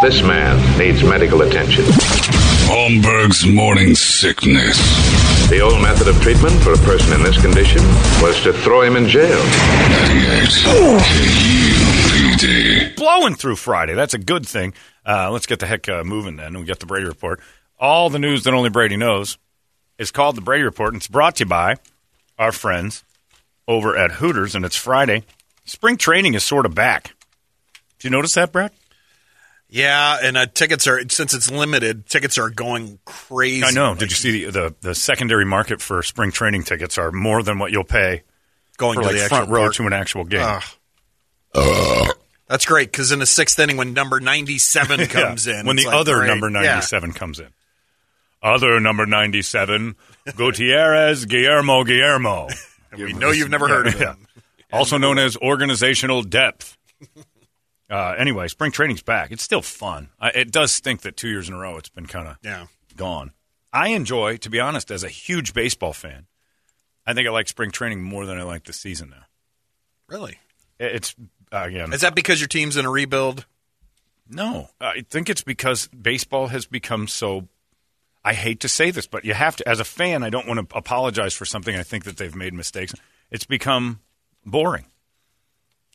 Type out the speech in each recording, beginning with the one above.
This man needs medical attention. Holmberg's morning sickness. The old method of treatment for a person in this condition was to throw him in jail. 98. KUPD. blowing through Friday. That's a good thing. Uh, let's get the heck uh, moving then. We got the Brady Report. All the news that only Brady knows is called the Brady Report, and it's brought to you by our friends over at Hooters, and it's Friday. Spring training is sort of back. Did you notice that, Brad? Yeah, and uh, tickets are since it's limited, tickets are going crazy. I know. Did you see the, the the secondary market for spring training tickets are more than what you'll pay going for to like the front actual row park. to an actual game? Ugh. That's great because in the sixth inning, when number ninety-seven Yeah, comes in, when it's the like, other great. number Yeah. 97 comes in. Other number 97, Gutierrez Guillermo Guillermo. we know you've never heard of Yeah. him. Also known as organizational depth. Uh, anyway, spring training's back. It's still fun. I, it does stink that two years in a row it's been kind of Yeah. gone. I enjoy, to be honest, as a huge baseball fan, I think I like spring training more than I like the season now. really? It- It's, uh, again, Is that because your team's in a rebuild? No, Uh, I think it's because baseball has become so. I hate to say this, but you have to. As a fan, I don't want to apologize for something. I think that they've made mistakes. It's become boring.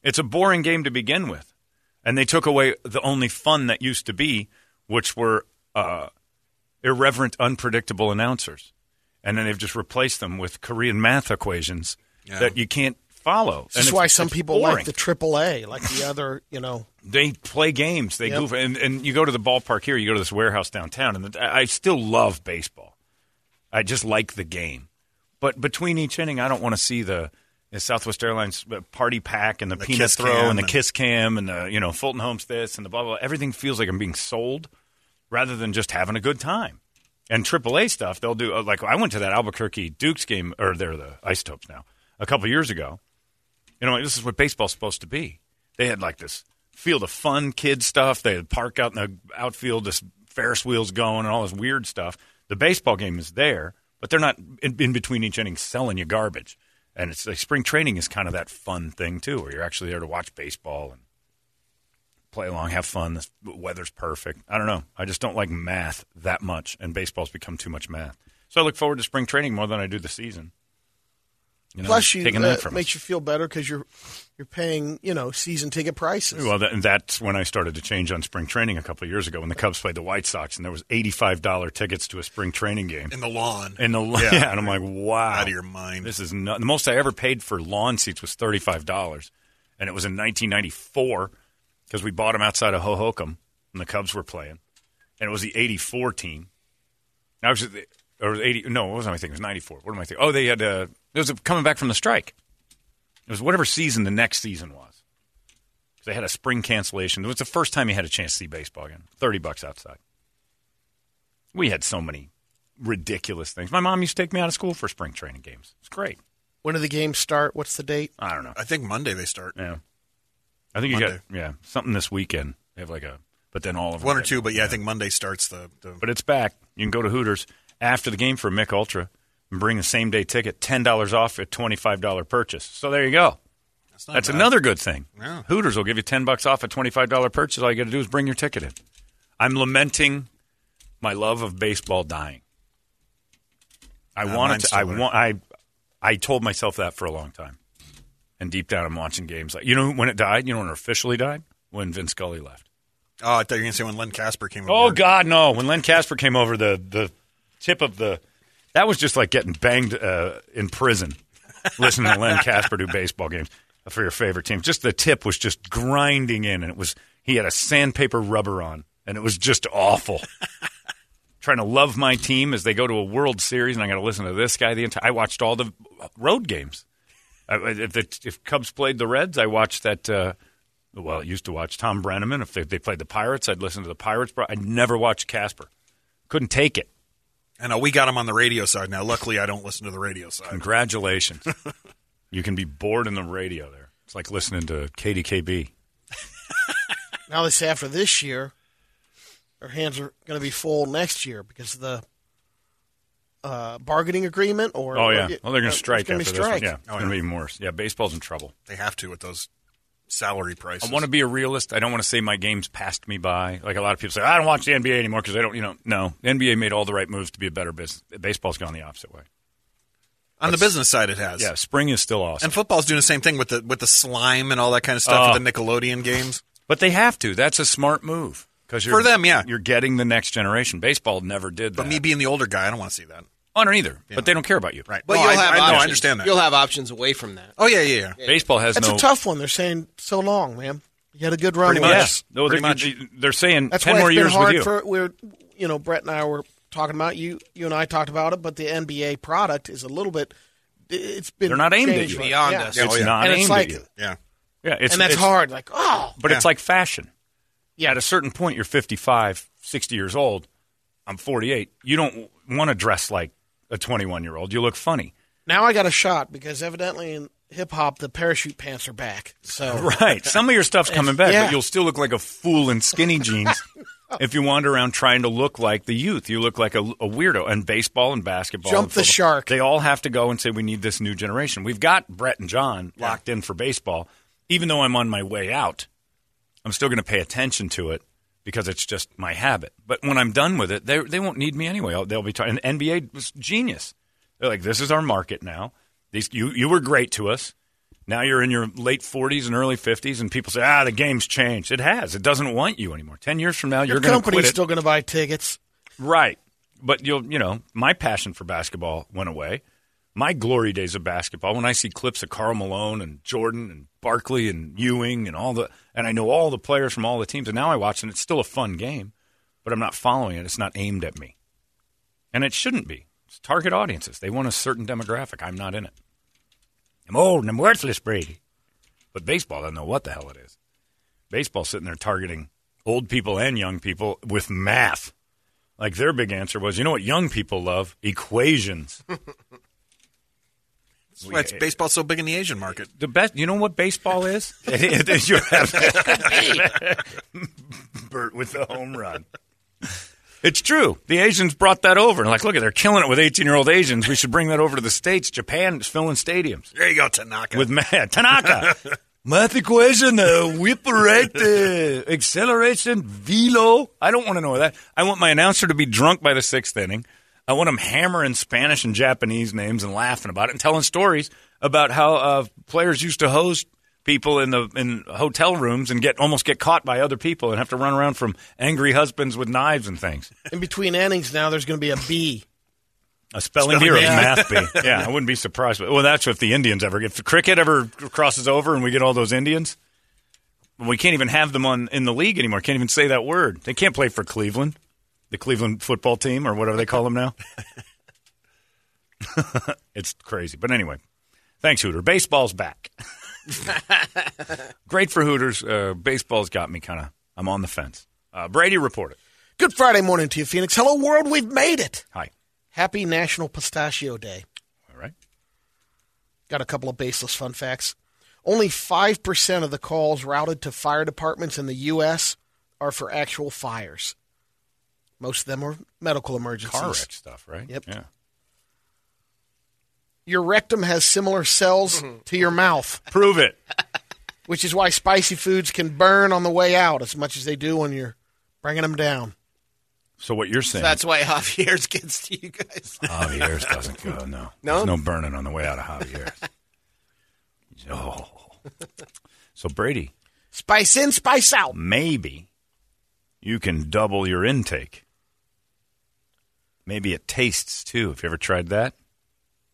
It's a boring game to begin with, and they took away the only fun that used to be, which were uh, irreverent, unpredictable announcers, and then they've just replaced them with Korean math equations that you can't follow. And That's it's- why some it's people boring like the AAA, like the other, you know. they play games. They Yep. goof, and, and you go to the ballpark here. You go to this warehouse downtown, and the, I I still love baseball. I just like the game, but between each inning, I don't want to see the, the Southwest Airlines uh, party pack and the, The peanut kiss throw cam and the and- kiss cam and the you know Fulton Homes this and the blah blah. blah. Everything feels like I'm being sold rather than just having a good time. And AAA stuff, they'll do uh, like I went to that Albuquerque Dukes game, or they're the Isotopes now, a couple years ago. You know, this is what baseball's supposed to be. They had like this field of fun kid stuff. They had park out in the outfield, this Ferris wheels going, and all this weird stuff. The baseball game is there, but they're not in, in between each inning selling you garbage. And it's like spring training is kind of that fun thing too, where you're actually there to watch baseball and play along, have fun. The weather's perfect. I don't know. I just don't like math that much, and baseball's become too much math. So I look forward to spring training more than I do the season. You know, Plus, you taking uh, that from us. makes you feel better because you're you're paying, you know, season ticket prices. Well, that, that's when I started to change on spring training a couple of years ago when the Cubs played the White Sox, and there was eighty-five dollar tickets to a spring training game. In the lawn. And the yeah, and I'm like, wow, Out of your mind. This is not, the most I ever paid for lawn seats was thirty-five dollars, and it was in 1994 because we bought them outside of Hohokam when the Cubs were playing, and it was the '84 team. I was or '80. No, what was I thinking? It was '94. What am I thinking? Oh, they had uh, it was coming back from the strike. It was whatever season the next season was. 'Cause They had a spring cancellation. It was the first time you had a chance to see baseball again. Thirty bucks outside. We had so many ridiculous things. My mom used to take me out of school for spring training games. It's great. when do the games start? What's the date? I don't know. I think Monday they start. Yeah, I think you Monday. got yeah something this weekend. They have like a but then all of them One or get- two, but yeah, I think Monday starts the. the But it's back. You can go to Hooters after the game for a Mick Ultra and bring the same day ticket, ten dollars off a twenty five dollar purchase. So there you go. that's not That's bad. another good thing. Yeah. Hooters will give you ten bucks off a twenty five dollar purchase. All you got to do is bring your ticket in. I'm lamenting my love of baseball dying. I Uh, wanted mine's to. still I there. want. I I told myself that for a long time, and deep down, I'm watching games like you know when it died. You know when it officially died when Vince Scully left. Oh, I thought you were going to say when Len Casper came Oh aboard. God, no! When Len Casper came over, the the tip of the that was just like getting banged uh, in prison. Listening to Len Casper do baseball games for your favorite team, just the tip was just grinding in, and it was he had a sandpaper rubber on, and it was just awful. Trying to love my team as they go to a World Series, and I got to listen to this guy the entire. I watched all the road games. I, if the if Cubs played the Reds, I watched that. Uh, well, I used to watch Tom Brenneman. If they, they played the Pirates, I'd listen to the Pirates. But I never watched Casper. Couldn't take it. And uh, we got him on the radio side now. Luckily, I don't listen to the radio side. Congratulations. you can be bored in the radio there. It's like listening to KDKB. Now they say after this year, their hands are going to be full next year because of the uh, bargaining agreement. Or Oh or yeah. Oh, it- Well, they're going uh, to it's strike gonna after be this. One. strike. Yeah, it's going to be even worse. Yeah, baseball's in trouble. They have to with those salary prices. I want to be a realist. I don't want to say my games passed me by. Like a lot of people say, I don't watch the NBA anymore because I don't, you know, no. The NBA made all the right moves to be a better business. Baseball's gone the opposite way. on the business side. It has. Yeah, spring is still awesome. And football's doing the same thing with the with the slime and all that kind of stuff Oh. with the Nickelodeon games. But they have to. That's a smart move because For them, yeah. you're getting the next generation. Baseball never did that. But me being the older guy, I don't want to see that. I don't either. But they don't care about you. Right. But No, you'll I, have I, options. no, I understand that. You'll have options away from that. oh yeah, yeah, yeah. Baseball has That's no. a tough one. They're saying so long, man. You had a good run. Pretty with much. us. Yes. No, they're, Pretty much. they're saying That's ten why more it's years been hard with you. for we're you know Brett and I were talking about you you and I talked about it, but the NBA product is a little bit it's been They're not aimed at changed. you. Beyond Yeah. us. Oh, it's Oh, yeah. not And it's aimed like- at you. Yeah. Yeah, it's, and that's it's- hard. Like oh, But it's Yeah. like fashion. Yeah, at a certain point, you're 55, 60 years old. I'm 48. You don't want to dress like a 21 year old. You look funny. now I got a shot because evidently in hip hop the parachute pants are back. So Right. Some of your stuff's coming back, Yeah. but you'll still look like a fool in skinny jeans if you wander around trying to look like the youth. You look like a, a weirdo. And baseball and basketball. Jump and the football, shark. They all have to go and say, we need this new generation. We've got Brett and John locked in for baseball. Even though I'm on my way out, I'm still going to pay attention to it because it's just my habit. But when I'm done with it, they, they won't need me anyway. They'll be talking. And NBA was genius. They're like, this is our market now. These, you, you were great to us. Now you're in your late 40s and early 50s, and people say, ah, the game's changed. It has. It doesn't want you anymore. 10 years from now, you're your going to quit company's it. still going to buy tickets. Right. But you'll, you know, my passion for basketball went away. My glory days of basketball, when I see clips of Carl Malone and Jordan and Barkley and Ewing and all the, and I know all the players from all the teams, and now I watch, and it's still a fun game, but I'm not following it. It's not aimed at me. And it shouldn't be. It's target audiences. They want a certain demographic. I'm not in it. I'm old and I'm worthless, Brady. But baseball doesn't know what the hell it is. Baseball's sitting there targeting old people and young people with math. Like their big answer was, you know what young people love? Equations. That's why it's baseball's so big in the Asian market. the best. You know what baseball is? It is your- Bert with the home run. It's true. The Asians brought that over. And like, look, at they're killing it with 18-year-old Asians. We should bring that over to the states. Japan is filling stadiums There you go, Tanaka. with Matt Tanaka. Math equation, uh, whip rate, uh, acceleration, velo. I don't want to know that. I want my announcer to be drunk by the sixth inning. I want him hammering Spanish and Japanese names and laughing about it and telling stories about how uh, players used to hose people in the in hotel rooms and get almost get caught by other people and have to run around from angry husbands with knives and things. In between innings now, there's going to be a B. A spelling, bee or a math bee. Yeah, I wouldn't be surprised. But, well, that's if the Indians ever get. If cricket ever crosses over and we get all those Indians, we can't even have them on in the league anymore. Can't even say that word. They can't play for Cleveland, the Cleveland football team or whatever they call them now. it's crazy. But anyway, thanks, Hooter. Baseball's back. Great for Hooters. Uh, baseball's got me kind of. I'm on the fence. Uh, Brady, report it. Good Friday morning to you, Phoenix. Hello world, we've made it. Hi. Happy National Pistachio Day. All right. Got a couple of baseless fun facts. Only 5% of the calls routed to fire departments in the U.S. are for actual fires. Most of them are medical emergencies. Car wreck stuff, right? Yep. Yeah. Your rectum has similar cells to your mouth, Prove it. which is why spicy foods can burn on the way out as much as they do when you're bringing them down. So what you're saying? That's why Javier's gets to you guys. Javier's doesn't go. No, No? There's no burning on the way out of Javier's. oh. So Brady, Spice in, spice out. maybe you can double your intake. Maybe it tastes too. Have you ever tried that?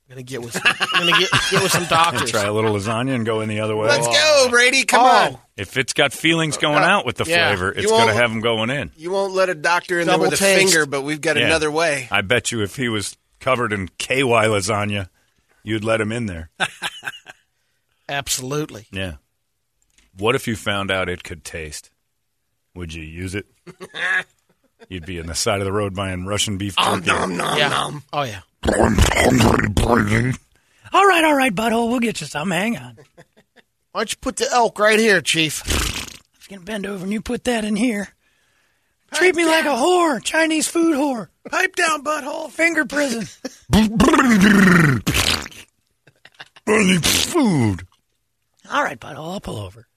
I'm going to get with some, I'm gonna get, get with some doctors. Try a little lasagna and go in the other way. Let's go, Brady. Come on. Oh, If it's got feelings going out with the yeah. flavor, You it's going to won't- have them going in. You won't let a doctor in there Double with a taste. finger, but we've got Yeah. another way. I bet you if he was covered in KY lasagna, you'd let him in there. absolutely. Yeah. What if you found out it could taste? Would you use it? You'd be on the side of the road buying Russian beef turkey. Yeah. Oh, yeah. I'm hungry, Brady. All right, all right, butthole, we'll get you some. Hang on. I'm Why don't you put the elk right here, Chief? just gonna bend over and you put that in here. Treat me like a whore, Chinese food whore, Pipe down, butthole. finger prison. I need food. all right, butthole, I'll pull over.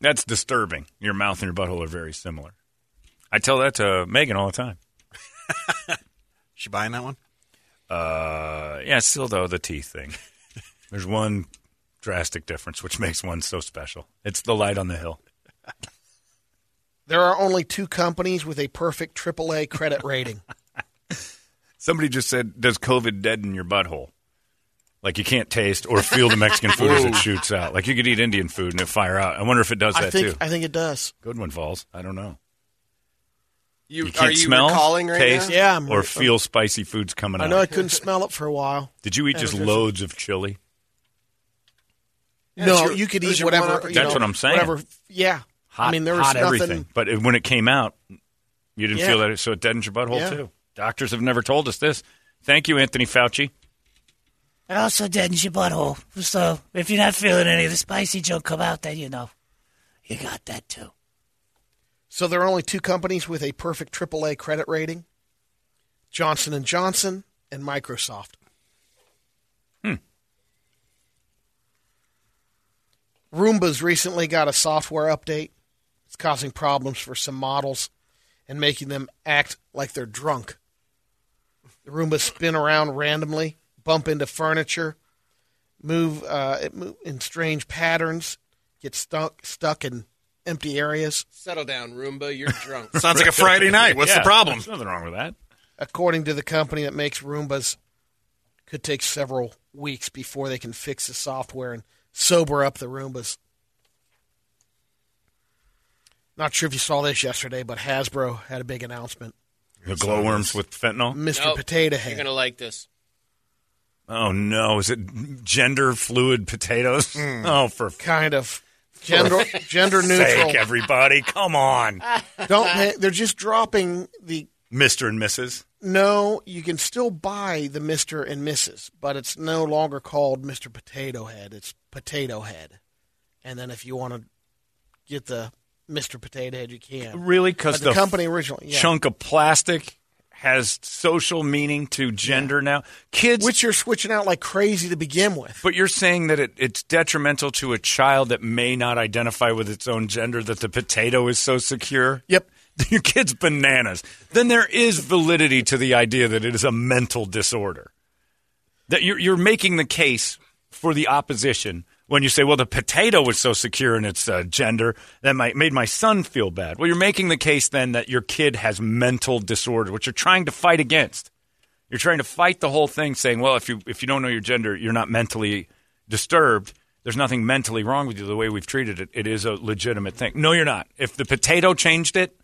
That's disturbing. Your mouth and your butthole are very similar. I tell that to Megan all the time. She buying that one? Uh, yeah, still though the teeth thing. There's one drastic difference which makes one so special. It's the light on the hill. There are only two companies with a perfect AAA credit rating. Somebody just said, "Does COVID deaden your butthole?" Like you can't taste or feel the Mexican food as it shoots out. Like you could eat Indian food and it fire out. I wonder if it does I that think too. I think it does. Good one, Falls. I don't know. You, You can't are you smell, recalling right taste, now? Yeah, I'm- or feel spicy foods coming I out. know I couldn't smell it for a while. Did you eat just loads of chili? Yeah, no, it's your- you could it was eat your whatever. one you That's know, what I'm saying. Whatever. Yeah. Hot, I mean, there was hot nothing. everything. But it, when it came out, you didn't Yeah. feel that, so it deadens your butthole Yeah. too. Doctors have never told us this. Thank you, Anthony Fauci. It also deadens your butthole. So if you're not feeling any of the spicy junk come out, then you know you got that too. So there are only two companies with a perfect AAA credit rating: Johnson and Johnson and Microsoft. Hmm. Roomba's recently got a software update. It's causing problems for some models and making them act like they're drunk. The Roomba spin around randomly, bump into furniture, move, uh, it move in strange patterns, get stuck stuck in empty areas. Settle down, Roomba. You're drunk. Sounds like a Friday night. What's Yeah, the problem? There's nothing wrong with that. according to the company that makes Roombas, could take several weeks before they can fix the software and sober up the Roombas. Not sure if you saw this yesterday, but Hasbro had a big announcement. The glowworms with fentanyl. Mr. Nope. Potato You're Head. gonna like this. Oh no! Is it gender fluid potatoes? Oh, for fuck's Kind of gender, gender neutral. sake, everybody! Come on, Don't ma- they're just dropping the Mister and Mrs. no, you can still buy the Mr. and Mrs., but it's no longer called Mr. Potato Head. It's Potato Head. And then if you want to get the Mr. Potato Head, you can. Really? But Because the, company originally. Yeah. chunk of plastic has social meaning to gender now. Kids, Which you're switching out like crazy to begin with. but you're saying that it, it's detrimental to a child that may not identify with its own gender that the potato is so secure. Yep. Your kid's bananas. Then there is validity to the idea that it is a mental disorder. That you're, you're making the case for the opposition when you say, well, the potato was so secure in its uh, gender that my, made my son feel bad. Well, you're making the case then that your kid has mental disorder, which you're trying to fight against. You're trying to fight the whole thing, saying, well, if you, if you don't know your gender, you're not mentally disturbed. There's nothing mentally wrong with you the way we've treated it. It is a legitimate thing. No, you're not. If the potato changed it,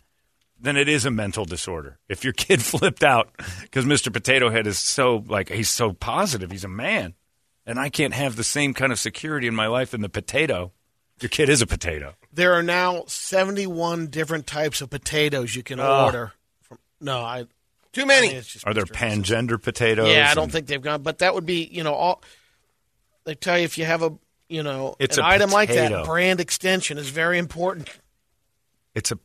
then it is a mental disorder. If your kid flipped out because Mr. Potato Head is so like he's so positive, he's a man, and I can't have the same kind of security in my life in the potato. Your kid is a potato. There are now 71 different types of potatoes you can order. From, no, I. Too I think many. it's just Are there Mr. pangender potatoes? Yeah, I and- don't think they've gone. But that would be, you know, all. They tell you if you have a, you know, It's an a item like that, potato. brand extension is very important. it's a.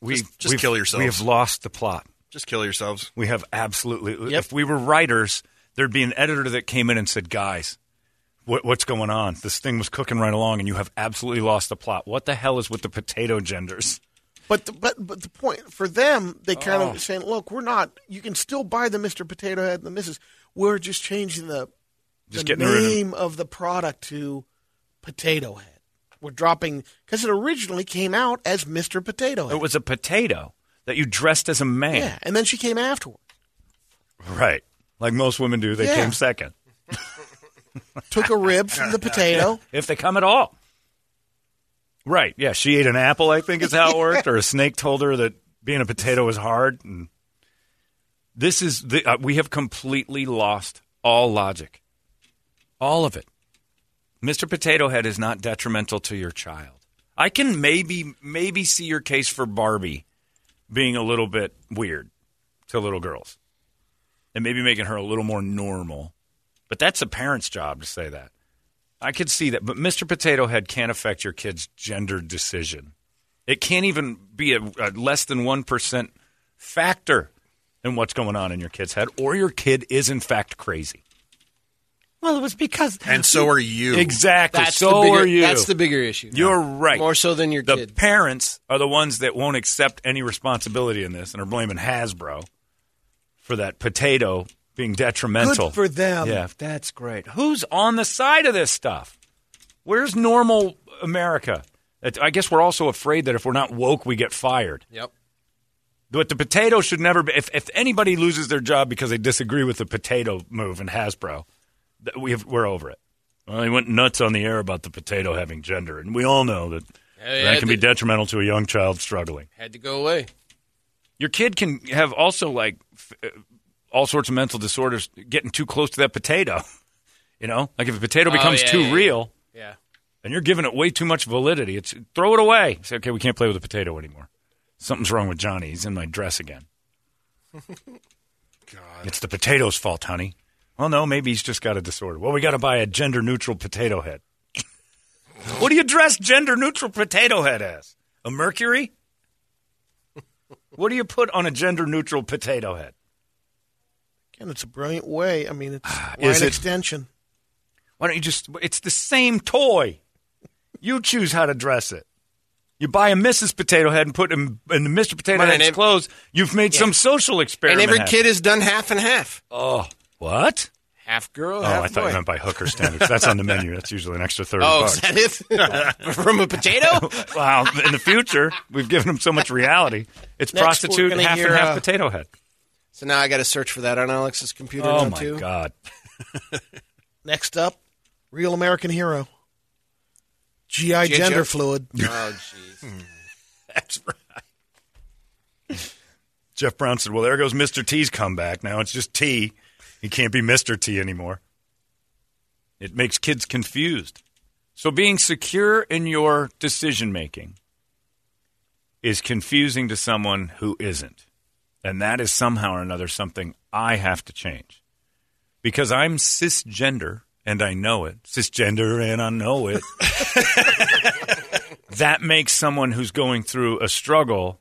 We Just- just we've- kill yourselves. We have lost the plot. Just kill yourselves. We have absolutely. Yep. If we were writers, there'd be an editor that came in and said, "Guys, what, what's going on? This thing was cooking right along, and you have absolutely lost the plot. What the hell is with the potato genders?" But the, but but the point for them, they kind Oh. of saying, look, we're not. You can still buy the Mister Potato Head and the Mrs. We're just changing the Just the getting rid of- name of, the product to Potato Head. We're dropping because it originally came out as Mister Potato Head. It was a potato that you dressed as a man. yeah, and then she came afterward. Right. Like most women do, they Yeah. came second. Took a rib from the potato. If they come at all. Right. Yeah. She ate an apple, I think is how it worked, or a snake told her that being a potato was hard. And this is, the, uh, we have completely lost all logic. All of it. Mr. Potato Head is not detrimental to your child. I can maybe, maybe see your case for Barbie being a little bit weird to little girls and maybe making her a little more normal. But that's a parent's job to say that. I could see that, but Mr. Potato Head can't affect your kid's gender decision. It can't even be a, a less than 1% factor in what's going on in your kid's head, or your kid is in fact crazy. Well, it was because and so are you. Exactly. That's so the bigger, are you. That's the bigger issue. You're right. More so than your the kid. parents are the ones that won't accept any responsibility in this and are blaming Hasbro for that potato being detrimental. Good for them. Yeah, that's great. Who's on the side of this stuff? Where's normal America? It- I guess we're also afraid that if we're not woke, we get fired. Yep. But the potato should never be. If, if anybody loses their job because they disagree with the potato move in Hasbro, th- we have, we're over it. Well, they went nuts on the air about the potato having gender, and we all know that Yeah, that yeah, can be the- detrimental to a young child struggling. Had to go away. Your kid can have also like f- uh, all sorts of mental disorders getting too close to that potato. You know, like if a potato becomes Oh, yeah, too yeah, yeah. real Yeah. and you're giving it way too much validity, it's throw it away. Say, okay, we can't play with a potato anymore. Something's wrong with Johnny. He's in my dress again. It's the potato's fault, honey. Well, no, maybe he's just got a disorder. Well, we got to buy a gender neutral potato head. what do you dress gender neutral potato head as? A mercury? what do you put on a gender neutral potato head? Again, it's a brilliant way. I mean, it's Ah, Is line it- extension. Why don't you just? It's the same toy. You choose how to dress it. You buy a Mrs. Potato Head and put him in the Mr. Potato Right, and Head's ev- clothes. You've made some social And experiment. every kid has done half and half. Oh, what? Half girl, Oh, half I thought boy. you meant by hooker standards. That's on the menu. That's usually an extra thirty Oh, bucks. is that it? From a potato? wow! In the future, we've given them so much reality. It's Next, we're prostitute gonna half hear, and half uh, potato head. so now I got to search for that on Alex's computer Oh now, my too. god! Next up, real American hero. GI G.I. gender Joe? fluid. Oh, jeez. That's right. Jeff Brown said, "Well, there goes Mr. T's comeback. Now it's just T. He can't be Mr. T anymore. It makes kids confused. So being secure in your decision making is confusing to someone who isn't. And that is somehow or another something I have to change. Because I'm cisgender and I know it. Cisgender and I know it. that makes someone who's going through a struggle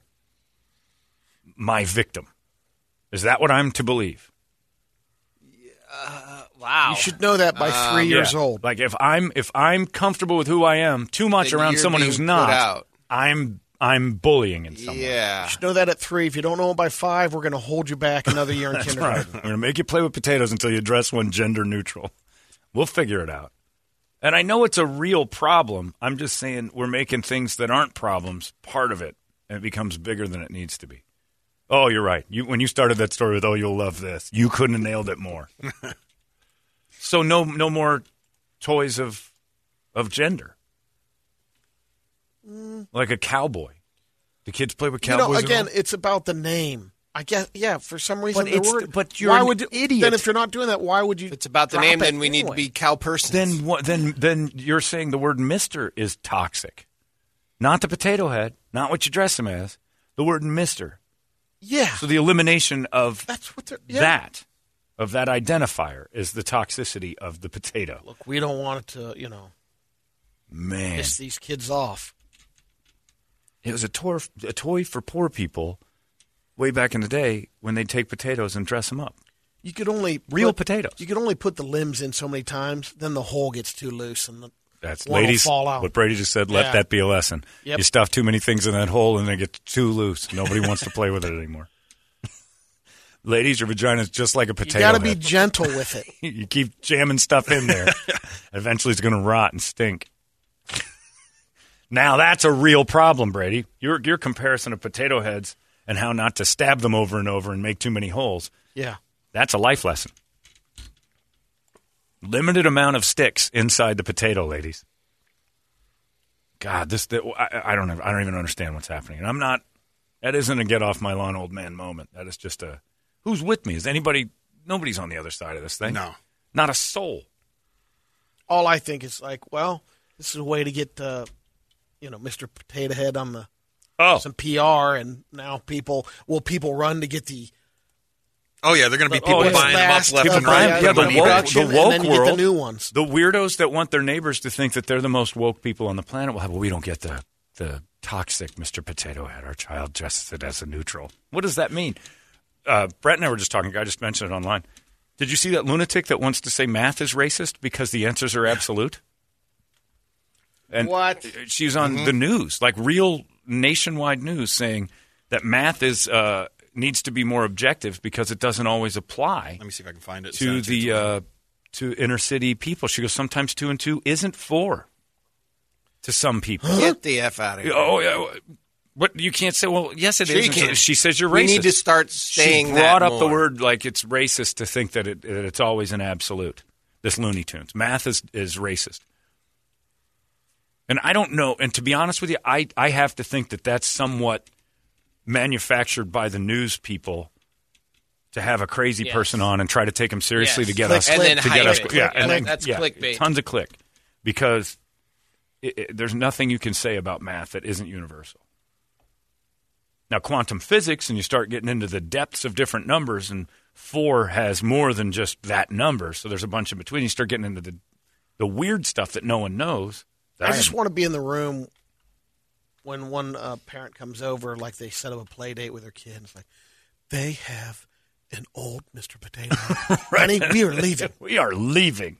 my victim. Is that what I'm to believe? Wow. You should know that by three years Um, Yeah. old. Like if I'm if I'm comfortable with who I am too much Then around you're someone being who's put not, out. I'm I'm bullying in some way. yeah. You should know that at three. If you don't know it by five, we're going to hold you back another year in kindergarten. Right. I'm going to make you play with potatoes until you dress one gender neutral. We'll figure it out. And I know it's a real problem. I'm just saying we're making things that aren't problems part of it, and it becomes bigger than it needs to be. Oh, you're right. You, when you started that story with "Oh, you'll love this," you couldn't have nailed it more. so no, no more toys of of gender, like a cowboy. The kids play with Mm. You cowboys. know, at again, all? it's about the name. I guess, yeah. For some reason, But the it's- word- but you're why an would, idiot. Then, if you're not doing that, why would you? If it's about the drop name, it then we need to anyway? be cow persons. Then what? Then then you're saying the word Mister is toxic, not the potato head, not what you dress him as. The word Mister. Yeah, So the elimination of that's what. they're yeah. that of that identifier is the toxicity of the potato. Look, we don't want it to, you know, Man, piss these kids off. it was a toy a toy for poor people way back in the day when they take potatoes and dress them up. You could only Real put- potatoes. You could only put the limbs in so many times. Then the hole gets too loose, and the That's one will ladies. fall out. What Brady just said. Let Yeah. that be a lesson. Yep. You stuff too many things in that hole, and they get too loose. Nobody wants to play with it anymore. ladies, your vagina's just like a you potato. got to be head. gentle with it. you keep jamming stuff in there. Eventually, it's going to rot and stink. now that's a real problem, Brady. Your your comparison of potato heads and how not to stab them over and over and make too many holes. Yeah, That's a life lesson. Limited amount of sticks inside the potato, ladies. God, this the, I, I don't I don't even understand what's happening. And I'm not. That isn't a get off my lawn, old man moment. That is just a. Who's with me? Is anybody? Nobody's on the other side of this thing. No. not a soul. all I think is like, well, this is a way to get, uh, you know, Mister Potato Head on the Oh, some PR, and now people will people run to get the Oh yeah, they're going to be the people oh, yeah. buying them up last left of and the- right. yeah, putting the them in woke- bags. production, the woke and then you get world. the new ones. the weirdos that want their neighbors to think that they're the most woke people on the planet. Well, we don't get the the toxic Mr. Potato Head. Our child dresses it as a neutral. What does that mean? Uh, Brett and I were just talking. I just mentioned it online. Did you see that lunatic that wants to say math is racist because the answers are absolute? And What? she's on the news, like real nationwide news, saying that math is uh, needs to be more objective because it doesn't always apply Let me see if I can find it. to the uh, to inner city people. She goes, sometimes two and two isn't four to some people. Get the F out of here. oh yeah, what you can't say? Well, yes, it is. Sure you And so can. She says you're racist. We need to start saying she brought that up the more. word like it's racist to think that, it, that it's always an absolute. This Looney Tunes math is is racist, and I don't know. And to be honest with you, I I have to think that that's somewhat manufactured by the news people to have a crazy Yes. person on and try to take them seriously Yes. to get Click, us and to then get hype us it. yeah Click, and then, click. That's yeah, clickbait. tons of click because it, it- there's nothing you can say about math that isn't universal. Now, quantum physics, and you start getting into the depths of different numbers, and four has more than just that number. So there's a bunch in between. You start getting into the the weird stuff that no one knows. I just want to be in the room when one uh, parent comes over, like they set up a play date with their kid. It's like they have an old Mr. Potato. Head. Honey, we are leaving. we are leaving.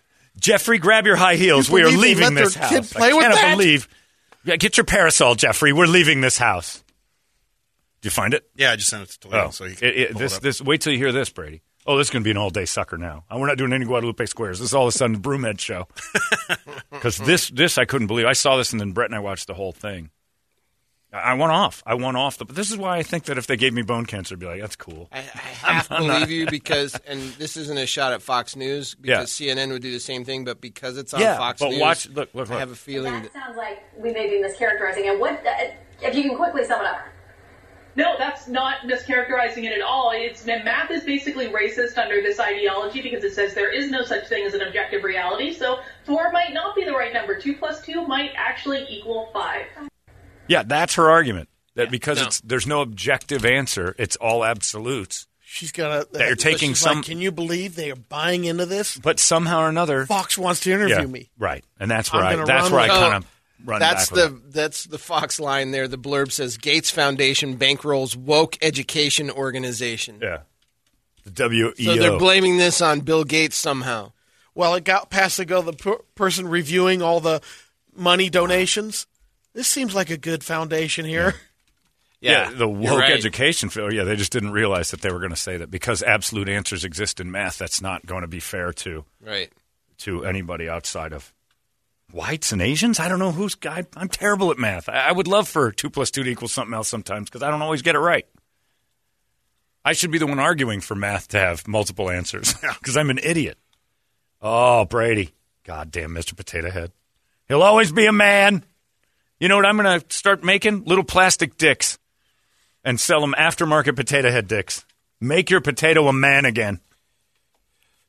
Jeffrey, grab your high heels. We are believe they leaving let this their kid house. play I with cannot that? believe. Yeah, get your parasol, Jeffrey. We're leaving this house. Do you find it? Yeah, I just sent it to Toledo. Oh, so you can it, it, pull this, up. this, wait till you hear this, Brady. Oh, this is going to be an all day sucker now. Oh, We're not doing any Guadalupe Squares. This is all of a sudden Broomhead show. Because this, this I couldn't believe. I saw this, and then Brett and I watched the whole thing. I, I went off. I went off. The, but this is why I think that if they gave me bone cancer, I'd be like, that's cool. I, I half believe you because, and this isn't a shot at Fox News because CNN would do the same thing, but because it's on Yeah, Fox but News, watch- look, look, look. I have a feeling That that sounds like we may be mischaracterizing it. What, uh, if you can quickly sum it up? No, that's not mischaracterizing it at all. It's math is basically racist under this ideology because it says there is no such thing as an objective reality. So four might not be the right number. Two plus two might actually equal five. Yeah, that's her argument. That because no. it's there's no objective answer, it's all absolutes. She's gonna. They're taking she's some- Like, Can you believe they are buying into this? But somehow or another, Fox wants to interview yeah, me. right, and that's where I'm I gonna that's run where I with- kind of run. that's back with the that's the Fox line there. The blurb says Gates Foundation bankrolls woke education organization. it. yeah. The W E So O. they're blaming this on Bill Gates somehow. Well, it got past the go the per- person reviewing all the money donations. This seems like a good foundation here. Yeah, the you're woke right. education field. Yeah, they just didn't realize that they were going to say that because absolute answers exist in math. That's not going to be fair to Right. to anybody outside of whites and Asians. I don't know who's. I, I'm terrible at math. I, I would love for two plus two to equal something else sometimes because I don't always get it right. I should be the one arguing for math to have multiple answers because I'm an idiot. Oh, Brady. Goddamn, Mr. Potato Head. He'll always be a man. You know what I'm going to start making? Little plastic dicks and sell them aftermarket potato head dicks. Make your potato a man again.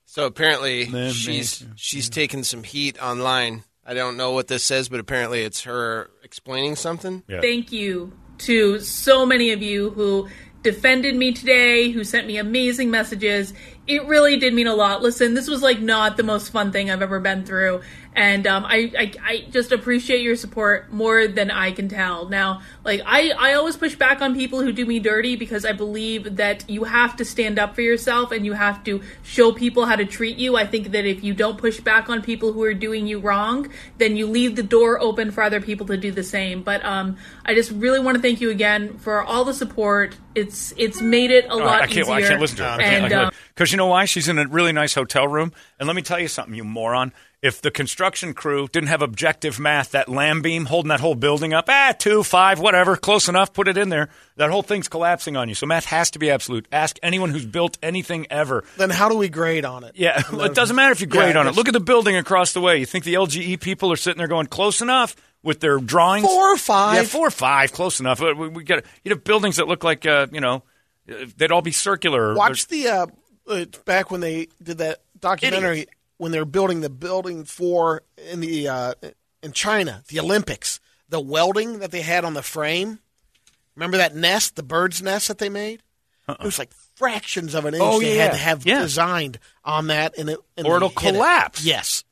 So apparently Then she's she's taken some heat online. I don't know what this says, but apparently it's her explaining something. Yeah. Thank you to so many of you who defended me today, who sent me amazing messages. It really did mean a lot. Listen, this was like not the most fun thing I've ever been through, and um, I, I I just appreciate your support more than I can tell. Now, like I I always push back on people who do me dirty because I believe that you have to stand up for yourself and you have to show people how to treat you. I think that if you don't push back on people who are doing you wrong, then you leave the door open for other people to do the same. But um, I just really want to thank you again for all the support. It's it's made it a Oh, lot I can't, easier. I can't listen to her. I can't, And, um, Because you know why? She's in a really nice hotel room. And let me tell you something, you moron. If the construction crew didn't have objective math, that lamb beam holding that whole building up, ah, two, five, whatever, close enough, put it in there. That whole thing's collapsing on you. So math has to be absolute. Ask anyone who's built anything ever. Then how do we grade on it? Yeah, well, it doesn't matter if you grade on it. Look at the building across the way. You think the LGE people are sitting there going, close enough with their drawings? Four or five. Yeah, four or five, close enough. Uh, We, we got, you'd have buildings that look like, uh, you know, uh, they'd all be circular. Watch the uh, uh, back when they did that documentary when they were building the building for in the uh, in China the Olympics the welding that they had on the frame. Remember that nest, the bird's nest that they made? It was like fractions of an inch Uh-uh. Oh, they yeah. had to have Yeah. designed on that, and it and Or they it'll hit it. collapse. Yes,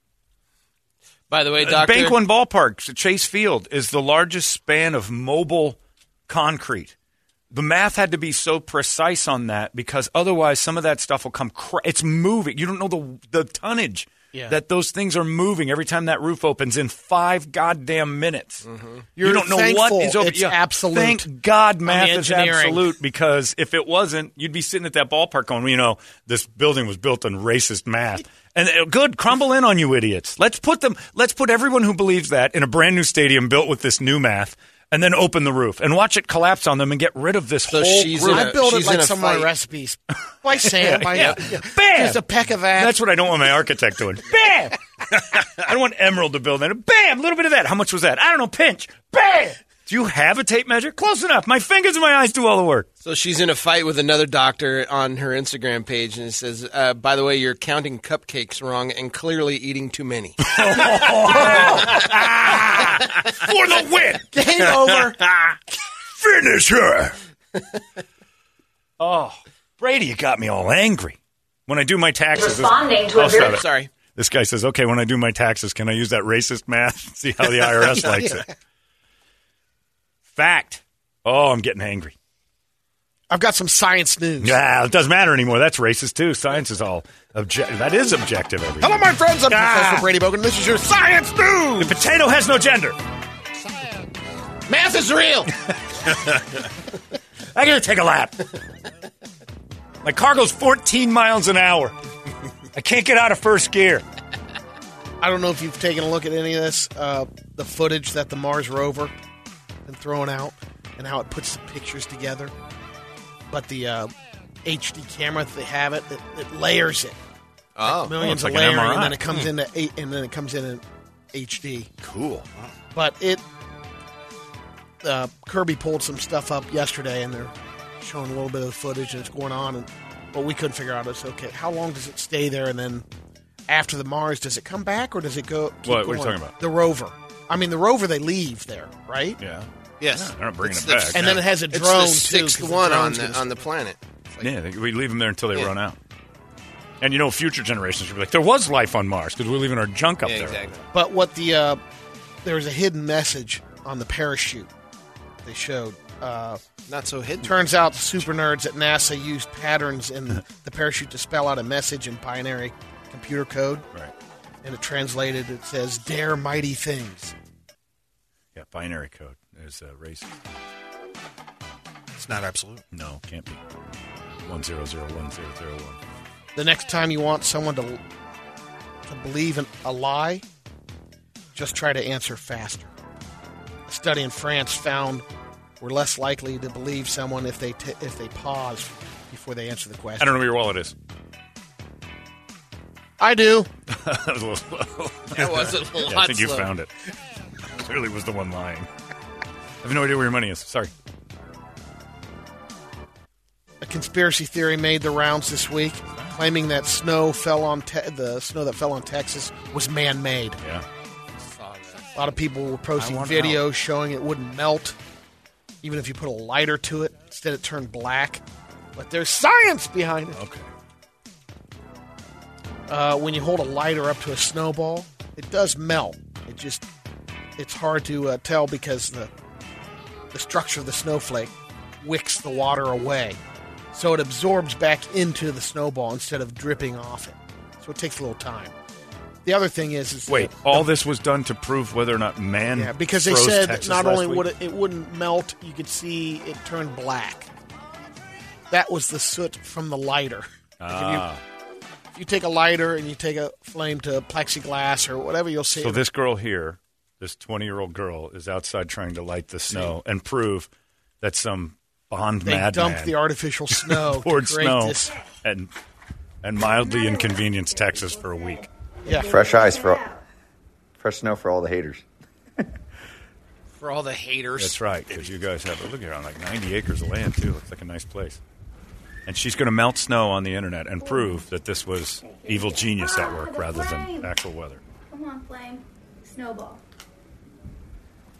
By the way, Uh, Doctor Banquin Ballpark, Chase Field, is the largest span of mobile concrete the math had to be so precise on that because otherwise some of that stuff will come cra- it's moving you don't know the the tonnage Yeah. that those things are moving every time that roof opens in five goddamn minutes you You're don't know what thankful is over it's absolute thank god math is engineering. absolute because if it wasn't you'd be sitting at that ballpark going well, you know this building was built on racist math and uh, good crumble in on you idiots let's put them let's put everyone who believes that in a brand new stadium built with this new math and then open the roof and watch it collapse on them and get rid of this So whole she's group. in I a- build it she's like in a some of my fight. recipes. By sand, by yeah. Bam! Just a peck of that. That's what I don't want my architect doing. Bam! I don't want Emerald to build that. Bam! A little bit of that. How much was that? I don't know. Pinch. Bam! Do you have a tape measure? Close enough. My fingers and my eyes do all the work. So she's in a fight with another doctor on her Instagram page, and it says, uh, "By the way, you're counting cupcakes wrong and clearly eating too many." For the win! game over. Finish her! oh, Brady, you got me all angry. When I do my taxes. Responding to a I'll very- stop it. Sorry. This guy says, okay, when I do my taxes, can I use that racist math? See how the IRS likes it. Fact. Oh, I'm getting angry. I've got some science news. Yeah, it doesn't matter anymore. That's racist too. Science is all objective. That is objective. Everything. Hello, my friends. I'm Ah. Professor Brady Bogan. This is your science news. Potato has no gender. Math is real. I gotta take a lap. My car goes 14 miles an hour. I can't get out of first gear. I don't know if you've taken a look at any of this, uh, the footage that the Mars rover been throwing out, and how it puts the pictures together. But the uh, HD camera that they have it, it, it layers it Oh, millions like of an layering, MRI. and then it comes into eight, and then it comes in in HD. Hmm. Cool. But it, uh, Kirby pulled some stuff up yesterday, and they're showing a little bit of the footage, and it's going on, and but we couldn't figure out. It's okay. How long does it stay there, and then after the Mars, does it come back or does it go? keep What- what are you going? talking about? The rover. I mean, the rover they leave there, right? Yeah. yes, They're not bringing It's it the- back. And then it has a it's drone the too, sixth 'cause one on drone's the gonna- on the planet. Yeah, they, we leave them there until they Yeah. run out. And you know, future generations will be like, there was life on Mars because we're leaving our junk up Yeah, there. exactly. But what the uh, there was a hidden message on the parachute they showed. Uh, Not so hidden. Turns out the super nerds at NASA used patterns in the parachute to spell out a message in binary computer code, Right. and it translated. It says "Dare mighty things." Yeah, binary code. There's a race. It's not absolute. No, can't be. One zero zero one zero zero one. The next time you want someone to to believe in a lie, just try to answer faster. A study in France found we're less likely to believe someone if they t- if they pause before they answer the I question. don't know where your wallet is. I do. That was a little- That was a lot. Yeah, I think you slower. found it. Clearly was the one lying. I have no idea where your money is. Sorry. A conspiracy theory made the rounds this week, claiming that snow fell on te- the snow that fell on Texas was man-made. Yeah. A lot of people were posting I want videos showing it wouldn't melt, even if you put a lighter to it. Instead, it turned black. But there's science behind it. Okay. Uh, when you hold a lighter up to a snowball, it does melt. It just it's hard to uh, tell because the the structure of the snowflake wicks the water away, so it absorbs back into the snowball instead of dripping off it. So it takes a little time. The other thing is, is Wait, that- all this was done to prove whether or not man. yeah, because they Mm. froze said Texas not last only week? would it, it wouldn't melt, you could see it turned black. That was the soot from the lighter. Like, if you- Ah. if, you, take a lighter and you take a flame to plexiglass or whatever, you'll see. So it. this girl here, this 20 year old girl, is outside trying to light the snow and prove that some Bond they madman dumped the artificial snow. poured to create snow This. and and mildly inconvenienced Texas for a week. Fresh ice for fresh snow for all the haters. for all the haters. That's right, because you guys have look here on like 90 acres of land too. Looks like a nice place. And she's going to melt snow on the internet and prove that this was evil genius at work rather than actual weather. Come on, Flame. Snowball.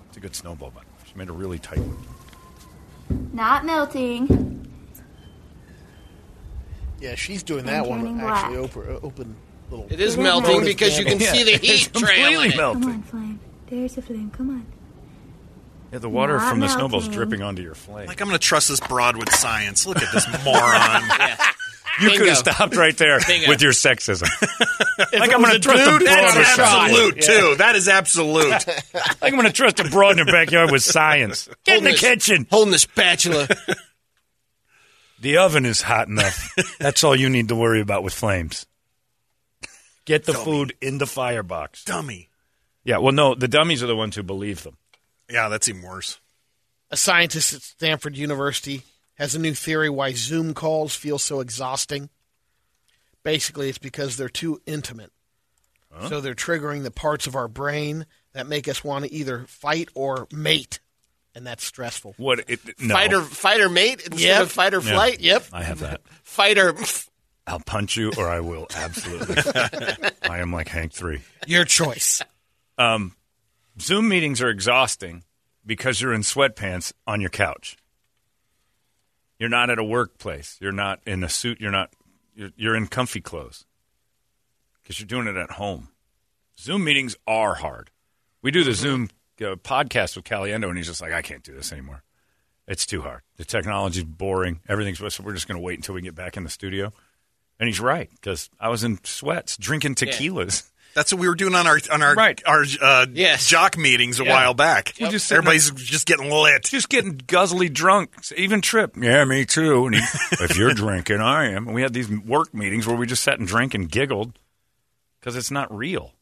It's a good snowball button. She made a really tight one. Not melting. Yeah, she's doing that one with actually open, open little. It is melting because you can see the heat Completely trailing. it. melting. Flame. There's a flame. Come on. Yeah, the water Not from the now, snowball's Tim. dripping onto your flake. Like I'm going to trust this broad with science. Look at this moron. you could Bingo. have stopped right there Bingo. with your sexism. like I'm was going a to trust dude, a broad that's with science. absolute too. That is absolute. Like I'm going to trust a broad in her backyard with science. Get in the Homeless. kitchen. Holding the spatula. The oven is hot enough. That's all you need to worry about with flames. Get the food in the firebox. Dummy. Yeah, well, no, the dummies are the ones who believe them. Yeah, that's even worse. A scientist at Stanford University has a new theory why Zoom calls feel so exhausting. Basically, it's because they're too intimate. So they're triggering the parts of our brain that make us want to either fight or mate, and that's stressful. What? It, no. Fight or, fight or mate instead Yep. of fight or Yeah. flight. Yep. I have that. Fight or. I'll punch you or I will absolutely. I am like Hank 3. Your choice. Zoom meetings are exhausting because you're in sweatpants on your couch. You're not at a workplace. You're not in a suit. You're not. You're, you're in comfy clothes because you're doing it at home. Zoom meetings are hard. We do the Zoom uh, podcast with Caliendo, and he's just like, I can't do this anymore. It's too hard. The technology's boring. Everything's. So we're just going to wait until we get back in the studio. And he's right because I was in sweats drinking tequilas. That's what we were doing on our on our Right. our uh, Yes. jock meetings a while back. We're just sitting Everybody's just getting lit. just getting guzzly drunk. Even Trip, yeah, me too. And he, if you're drinking, I am. And we had these work meetings where we just sat and drank and giggled because it's not real.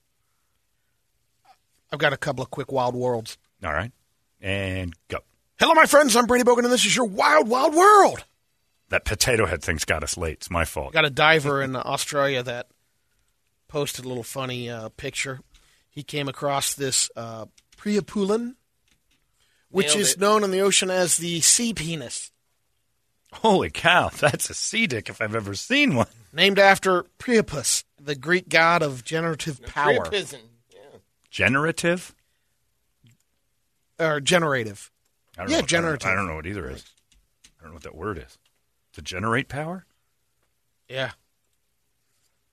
I've got a couple of quick wild worlds. All right, and go. Hello, my friends. I'm Brady Bogan, and this is your Wild Wild World. That potato head thing's got us late. It's my fault. Got a diver in Australia that posted a little funny uh, picture. He came across this uh, Priapulin, which Nailed is it. known in the ocean as the sea penis, Holy cow, that's a sea dick if I've ever seen one. named after Priapus, the Greek god of generative power Prison. Generative? or generative. I don't know, what- Yeah, I don't- generative. I don't know what either is. I don't know what that word is. To generate power? Yeah,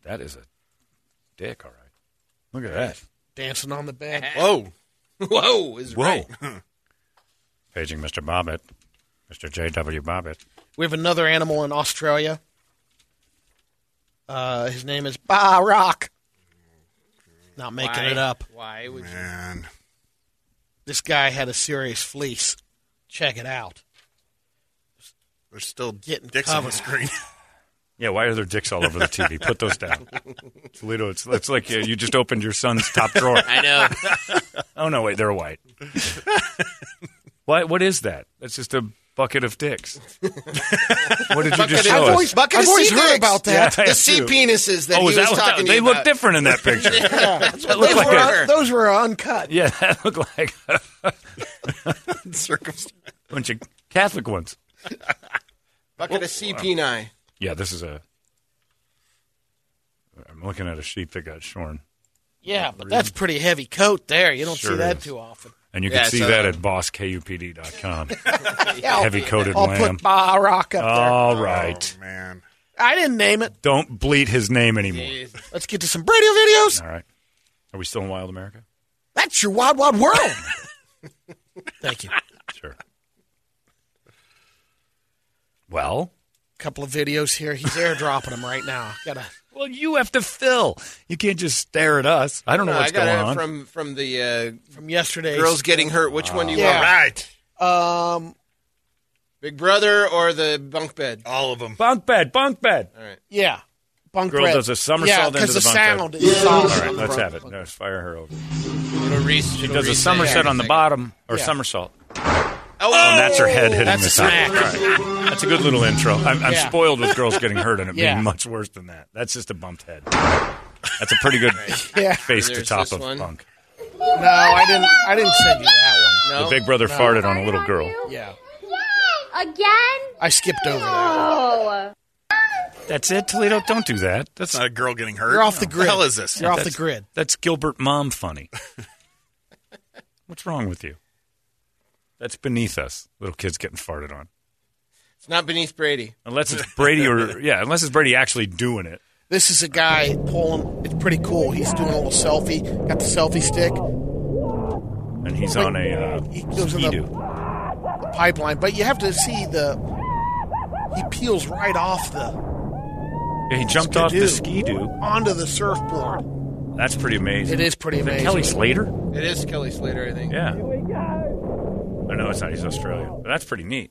That is a dick, all right. Look at that. dancing on the bed. Oh, Oh. Whoa. Whoa is right. Paging Mr. Bobbitt, Mr. J.W. Bobbitt. We have another animal in Australia. Uh, his name is Ba Rock. Not making Why- it up. Why would you? Man, This guy had a serious fleece. Check it out. there's still Getting dicks on the screen. Yeah, why are there dicks all over the TV? Put those down. Toledo, it's, it's like uh, you just opened your son's top drawer. I know. Oh, no, wait, they're white. what, what is that? That's just a bucket of dicks. what did you just show I've us? always- bucket I've of always sea heard dicks. about Yeah, that. I the have sea too. penises that Oh, he is that was what that, talking to They you look about. different in that picture. that Those, looked like were, a, were- those were uncut. yeah, that looked like a Circumstance. bunch of Catholic ones. Bucket of Oh, sea peni. Yeah, this is a. I'm looking at a sheep that got shorn. Yeah, but that's pretty heavy coat there. You don't Sure see that is. too often. And you can Yeah, see so- that at bosskupd.com. Yeah, I'll- Heavy coated I'll lamb. put Ba Rock up All right. Oh, man. there. I didn't name it. Don't bleat his name anymore. Let's get to some radio videos. All right. Are we still in Wild America? That's your Wild Wild World. Thank you. Sure. Well, couple of videos here. He's airdropping them right now. Gotta well, you have to fill. You can't just stare at us. I don't know No, I what's got going it on. from from the uh, from yesterday's girls getting hurt. Which one do you Yeah. want? Right. Um, Big Brother or the bunk bed? All of them. bunk bed, bunk bed. yeah, bunk Girl bread. does a somersault yeah, into because the the, bunk bed. sound is awesome. All right, let's have it. Let's fire her over. It'll re- she Does a somerset on the bottom or Yeah. somersault? Oh, And that's her head hitting That's the a side. smack. All right. That's a good little intro. I'm, I'm Yeah. spoiled with girls getting hurt and it Yeah. being much worse than that. That's just a bumped head. That's a pretty good Yeah. face to There's top this of one. bunk. No, I didn't. I didn't send you that one. No. The big brother farted on a little girl. Yeah, Again? I skipped over that. That's it, Toledo. Don't do that. That's It's not a girl getting hurt. You're off the What grid. hell is this? You're off the That's- grid. That's Gilbert Mom funny. What's wrong with you? That's beneath us. Little kids getting farted on. It's not beneath Brady. Unless it's Brady or yeah, unless it's Brady actually doing it. This is a guy pulling. It's pretty cool. He's doing a little selfie. Got the selfie stick. and he's on a uh, He goes in the- skidoo. pipeline, but you have to see the. He peels right off the Yeah, he jumped off the skidoo. skidoo. onto the surfboard. That's pretty amazing. It is pretty Is it amazing. Kelly Slater? It is Kelly Slater, I think. Yeah. I know it's not. He's Australian. But that's pretty neat.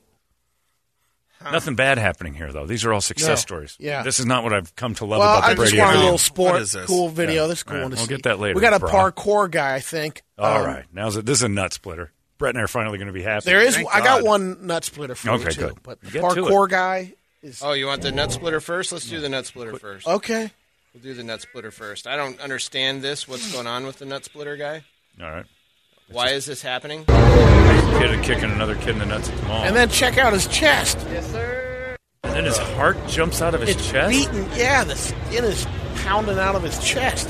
Nothing bad happening here, though. These are all success No. stories. Yeah. This is not what I've come to love Well, about the I just Brady want a Bunch. little What sport, is this? cool video. Yeah. This is cool All right, to we'll see. get that later, We got a bro. parkour guy, I think. All Um, right, now's it. This is a nut splitter. Brett and I are finally going to be happy. There is. Thank I got God. one nut splitter for you Okay, too. good. But the Get to parkour guy is Oh, you want the nut splitter first? Let's do the nut splitter first. okay. We'll do the nut splitter first. I don't understand this. What's going on with the nut splitter guy? All right. Why is this happening? Kid kicking another kid in the nuts at the mall. And then check out his chest. And then his heart jumps out of his It's chest. beaten. Yeah, the skin is pounding out of his chest.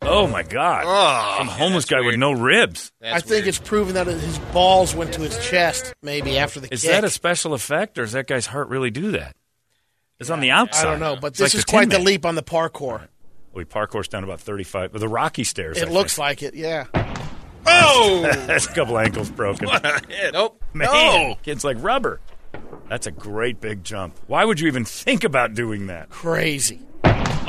Oh my god! Oh, Some homeless guy with no ribs. That's I think weird. it's proven that his balls went to his chest maybe after the Is kick. that a special effect, or does that guy's heart really do that? It's on the I outside. don't know, but It's this like is Tin quite the Man. leap on the parkour. We parkour's down about thirty-five. The rocky stairs. I It think. looks like it. Yeah. Oh, That's a couple ankles broken. Nope. Man, kid's like rubber. That's a great big jump. Why would you even think about doing that? Crazy.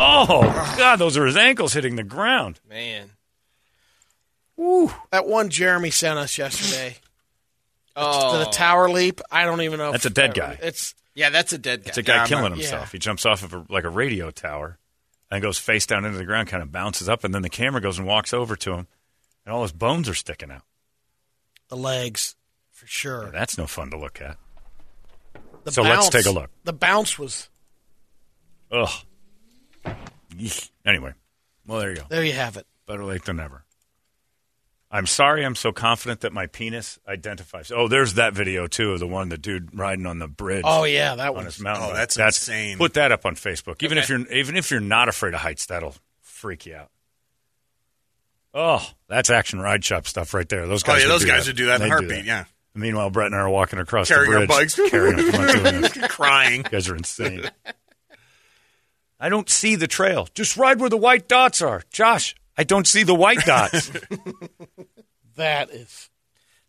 Oh god, those are his ankles hitting the ground. Man. That one Jeremy sent us yesterday. Oh. The tower leap. I don't even know. if That's a dead that- guy. It's Yeah, that's a dead guy. It's a guy Yeah, I'm killing not- himself. yeah. He jumps off of a, like a radio tower and goes face down into the ground, kind of bounces up, and then the camera goes and walks over to him, and all his bones are sticking out. the legs for sure. That's no fun to look at. The So let's take a look. The bounce was Ugh. Yeesh. Anyway, well there you go. there. You have it. Better late than never. I'm sorry I'm so confident that my penis identifies. Oh, there's that video too of the one the dude riding on the bridge. Oh yeah, that on one. his mountain. Oh, bike. that's insane. Put that up on Facebook. Even if you're even if you're not afraid of heights, that'll freak you out. Oh, that's action ride shop stuff right there. Those Oh, guys. yeah, would those do guys that. would do that in a They'd heartbeat, yeah. Meanwhile, Brett and I are walking across Carrying the our bridge, bikes. carrying our bikes. doing this. crying. You guys are insane. I don't see the trail. Just ride where the white dots are, Josh. I don't see the white dots. That is.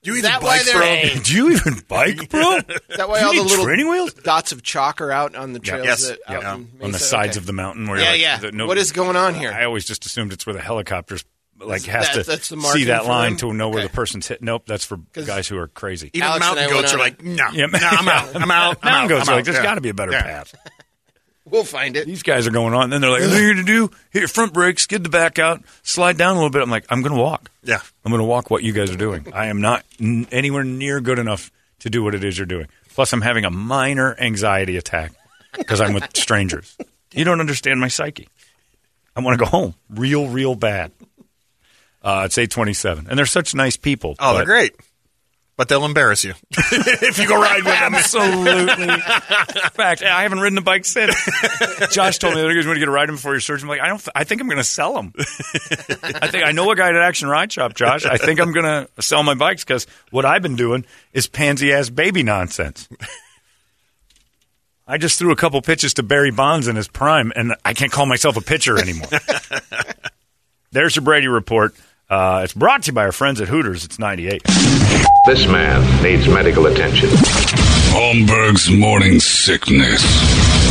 You Is either that why bike, they're bro. a- Do you even bike, bro? that way You all the need little training wheels? dots of chalk are out on the trails Yes. that, Yeah. out Yeah. in Mesa? on the sides Okay. of the mountain. Where Yeah, like, yeah. the- no- what is going on here? I always just assumed it's where the helicopters like has that- to that's the see marking that for line him? to know where Okay. the person's hit. Nope, that's for guys who are crazy. Even Alex and mountain I went goats are on a- like, no, Yeah, no, I'm out, I'm out, I'm Mountain out. goats I'm are out. like, there's Yeah. got to be a better Yeah. path. we'll find it. These guys are going on, and then they're like, "Nothing here to do. Here, front brake, skid the back out, slide down a little bit." I'm like, "I'm going to walk. Yeah. I'm going to walk what you guys are doing. I am not n- anywhere near good enough to do what it is you're doing. Plus, I'm having a minor anxiety attack because I'm with strangers. You don't understand my psyche. I want to go home, real, real bad. Uh, it's 8:27, and they're such nice people. Oh, they're but- great. But they'll embarrass you. if you go ride with them. Absolutely. In fact, I haven't ridden a bike since. Josh told me the other day, "You want to get a ride in before your surgery?" I'm like, "I don't. Th- I think I'm going to sell them. I think I know a guy at Action Ride Shop, Josh. I think I'm going to sell my bikes because what I've been doing is pansy ass baby nonsense." I just threw a couple pitches to Barry Bonds in his prime, and I can't call myself a pitcher anymore. There's your Brady report. Uh, it's brought to you by our friends at Hooters. It's 98. This man needs medical attention. Holmberg's morning sickness.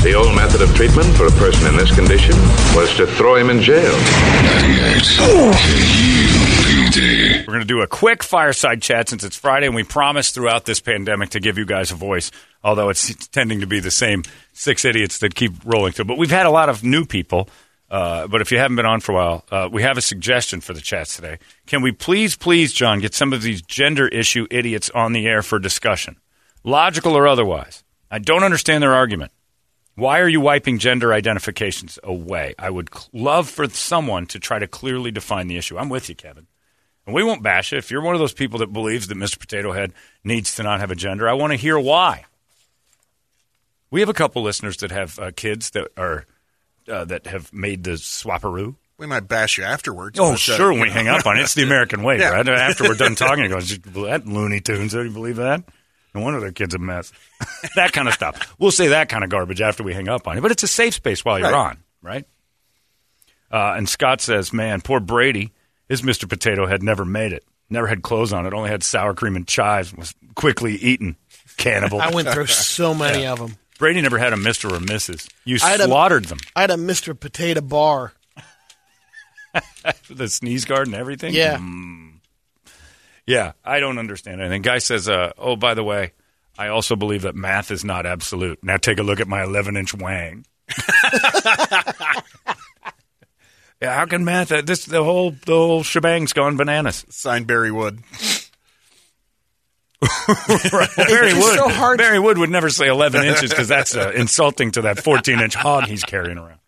The old method of treatment for a person in this condition was to throw him in jail. 98. KUPD. We're going to do a quick fireside chat since it's Friday, and we promise throughout this pandemic to give you guys a voice, although it's tending to be the same six idiots that keep rolling through. But we've had a lot of new people. Uh, but if you haven't been on for a while, uh, we have a suggestion for the chats today. Can we please, please, John, get some of these gender issue idiots on the air for discussion, logical or otherwise? I don't understand their argument. Why are you wiping gender identifications away? I would cl- love for someone to try to clearly define the issue. I'm with you, Kevin. And we won't bash it. If you're one of those people that believes that Mr. Potato Head needs to not have a gender, I want to hear why. We have a couple listeners that have uh, kids that are uh, that have made the swaparoo. We might bash you afterwards. Oh, but, uh, sure, when we hang up on it. It's the American way, Yeah. right? After we're done talking, it goes, that Looney Tunes, do you believe that? No wonder their kid's a mess. that kind of stuff. We'll say that kind of garbage after we hang up on it, but it's a safe space while you're Right. on, right? Uh, and Scott says, man, poor Brady, his Mr. Potato Head never made it. Never had clothes on. It only had sour cream and chives. Was quickly eaten. Cannibal. I went through so many of 'em. of them. Brady never had a Mister or Mrs. You I had a- slaughtered them. I had a Mr. Potato Bar. The sneeze guard and everything. Yeah. Yeah, I don't understand anything. Guy says, uh, "Oh, by the way, I also believe that math is not absolute." Now take a look at my 11-inch wang. yeah, how can math? uh, This the whole the whole shebang's gone bananas. Signed Barry Wood. Barry just Wood. so hard- Barry Wood would never say 11 inches because that's uh, insulting to that 14-inch hog he's carrying around.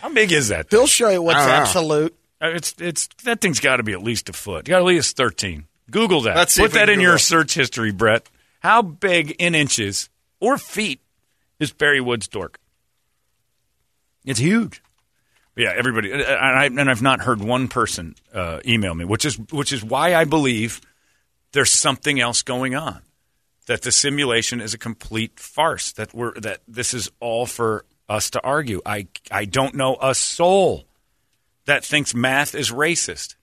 How big is that? They'll show you what's I don't know. absolute. Uh, It's it's that thing's got to be at least a foot. Got at least thirteen. Google that. Let's see Put if we that can in your Google. search history, Brett. How big in inches or feet is Barry Wood's dork? It's huge. Yeah, everybody, and I and I've not heard one person uh, email me, which is which is why I believe there's something else going on. That the simulation is a complete farce. That we're that this is all for us to argue. I I don't know a soul that thinks math is racist.